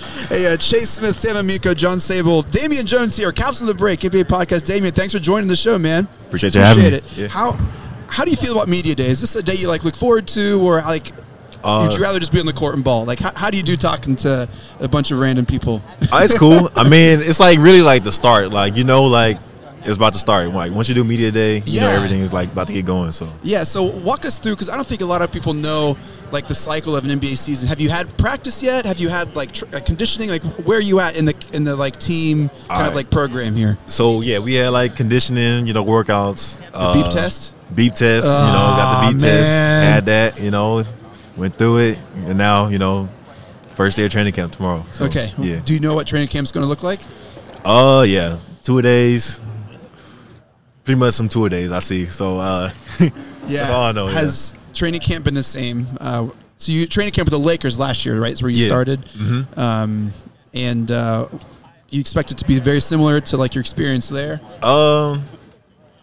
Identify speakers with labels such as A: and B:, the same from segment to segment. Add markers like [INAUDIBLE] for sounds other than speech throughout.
A: Hey, uh, Chase Smith, Sam Amico, John Sable, Damian Jones here. Caps on the break, NBA podcast. Damian, thanks for joining the show, man.
B: Appreciate you having
A: Appreciate
B: me.
A: it. How how do you feel about media day? Is this a day you like look forward to, or like
B: Uh,
A: would you rather just be on the court and ball? Like, how, how do you do talking to a bunch of random people? [LAUGHS]
B: Oh, it's cool. I mean, it's like really like the start. Like you know, like it's about to start. Like once you do media day, you know
A: Yeah.
B: everything is like about to get going. So
A: yeah. So walk us through because I don't think a lot of people know like the cycle of an NBA season. Have you had practice yet? Have you had like tr- uh, conditioning? Like, where are you at in the in the like team kind
B: All
A: of
B: right.
A: like program here?
B: so yeah, we had like conditioning, you know, workouts, uh,
A: beep test?
B: beep test. you know, got the beep
A: Ah,
B: test,
A: man.
B: had that. You know, went through it, and now you know, first day of training camp tomorrow. So,
A: Okay.
B: yeah.
A: Do you know what training camp's going to look like?
B: Oh yeah, two a days. Pretty much some two a days I see. So uh, [LAUGHS] that's all I know. yeah.
A: Has training camp been the same? Uh, so you training camp with the Lakers last year, right? Is where you
B: Yeah.
A: started. Mm-hmm. Um, and uh, you expect it to be very similar to like your experience there.
B: Um,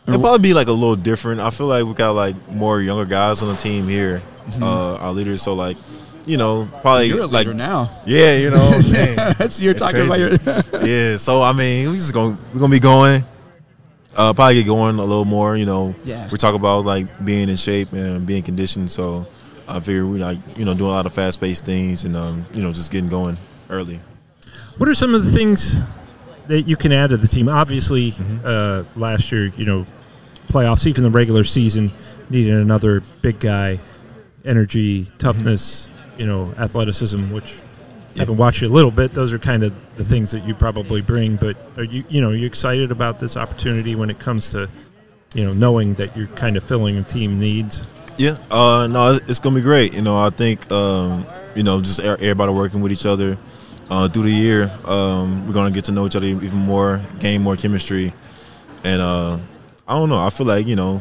B: it'll probably be like a little different. I feel like we got like more younger guys on the team here, uh, our leaders. So like, you know, probably
A: Mm-hmm. You're a
B: like
A: leader now. [LAUGHS]
B: yeah, you know, what I'm saying?
A: That's you're
B: It's
A: talking
B: crazy.
A: about your. [LAUGHS]
B: yeah. So I mean, we just gonna we're gonna be going. Uh, probably get going a little more. You know,
A: Yeah.
B: We talk about like being in shape and being conditioned. So I figure we like you know doing a lot of fast paced things and um you know just getting going early.
C: What are some of the things that you can add to the team? Obviously, uh, last year, you know, playoffs, even the regular season, needed another big guy, energy, toughness, you know, athleticism, which I haven't watched you a little bit. Those are kind of the things that you probably bring. But are you, you know, you excited about this opportunity when it comes to, you know, knowing that you're kind of filling a team needs?
B: Yeah, uh, no, it's, it's gonna be great. You know, I think um, you know just e- everybody working with each other uh, through the year. Um, we're gonna get to know each other even more, gain more chemistry, and uh, I don't know. I feel like you know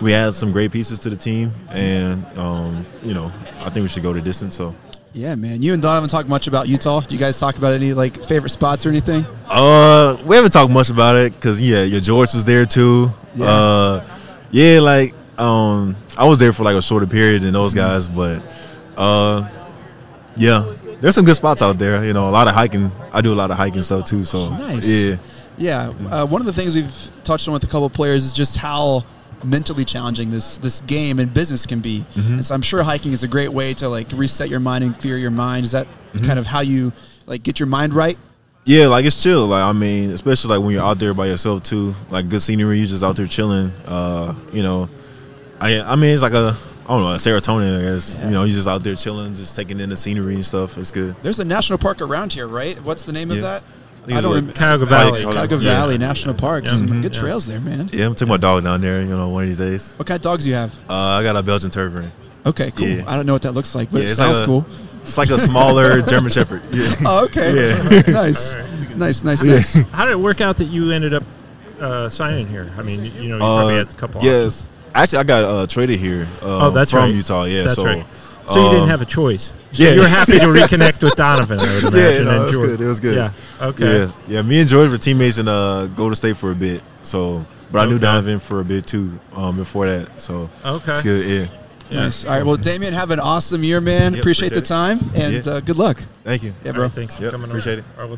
B: we had some great pieces to the team, and um, you know I think we should go the distance. So,
A: Yeah, man. You and Don haven't talked much about Utah. Do you guys talk about any like favorite spots or anything?
B: uh, we haven't talked much about it because yeah, your George was there too.
A: Yeah.
B: Uh, yeah, like um, I was there for like a shorter period than those
A: Mm-hmm.
B: guys, but. Uh, Yeah, there's some good spots out there. You know, a lot of hiking. I do a lot of hiking stuff too. So
A: Nice.
B: Yeah,
A: Yeah, uh, one of the things we've touched on with a couple of players is just how mentally challenging this this game and business can be.
B: Mm-hmm.
A: And so I'm sure hiking is a great way to like reset your mind and clear your mind. Is that
B: Mm-hmm.
A: kind of how you like get your mind right?
B: yeah. Like it's chill. Like I mean, especially like when you're out there by yourself too. Like good scenery. You're just out there chilling. Uh, you know, I I mean it's like a I don't know a serotonin. I guess you know you're just out there chilling, just taking in the scenery and stuff. It's good.
A: There's a national park around here, right? What's the name of
B: Yeah.
A: that?
B: think it's
A: I don't
B: like-
A: remember.
C: Cuyahoga Valley.
A: Cuyahoga
B: Yeah.
A: Valley National Park.
C: Yeah.
A: Some
C: Mhm.
A: Good
C: Yeah.
A: trails there, man.
B: Yeah, I'm taking my dog down there. You know, one of these days.
A: What kind of dogs do you have?
B: Uh, I got a Belgian Terrier.
A: Okay, cool.
B: Yeah.
A: I don't know what that looks like, but
B: Yeah,
A: it
B: it's
A: sounds
B: like a- [LAUGHS]
A: cool.
B: It's like a
C: [LAUGHS]
B: smaller German Shepherd. Yeah.
A: Oh, okay.
B: Yeah.
A: [LAUGHS] nice. nice, nice, nice.
C: How did it work out that you ended up uh, signing here? I mean, you know, you probably
B: Uh,
C: had a couple. options.
B: Yes. Actually, I got uh, traded here. Uh,
C: Oh, that's
B: from
C: right.
B: Utah. Yeah.
C: That's
B: so,
C: right. So you
B: um,
C: didn't have a choice.
B: [LAUGHS] yeah.
C: you were happy to reconnect with Donovan. I would
B: [LAUGHS]
C: imagine.
B: Yeah, no,
C: and
B: it was
C: Jordan.
B: good. It was good.
C: Yeah. Okay.
B: Yeah, yeah. Me and George were teammates in uh, Golden State for a bit. So, but I knew
C: Okay.
B: Donovan for a bit too um, before that. So
C: Okay.
B: it's good. Yeah.
C: Yeah.
A: Nice. All right. Well, Damien, have an awesome year, man.
B: Yeah,
A: appreciate, the
B: appreciate
A: time and
B: Yeah.
A: uh, good luck.
B: Thank you.
A: Yeah,
C: All
A: bro.
C: right, thanks for
B: Yep,
C: coming.
B: appreciate
C: on.
B: it.
C: All right, well,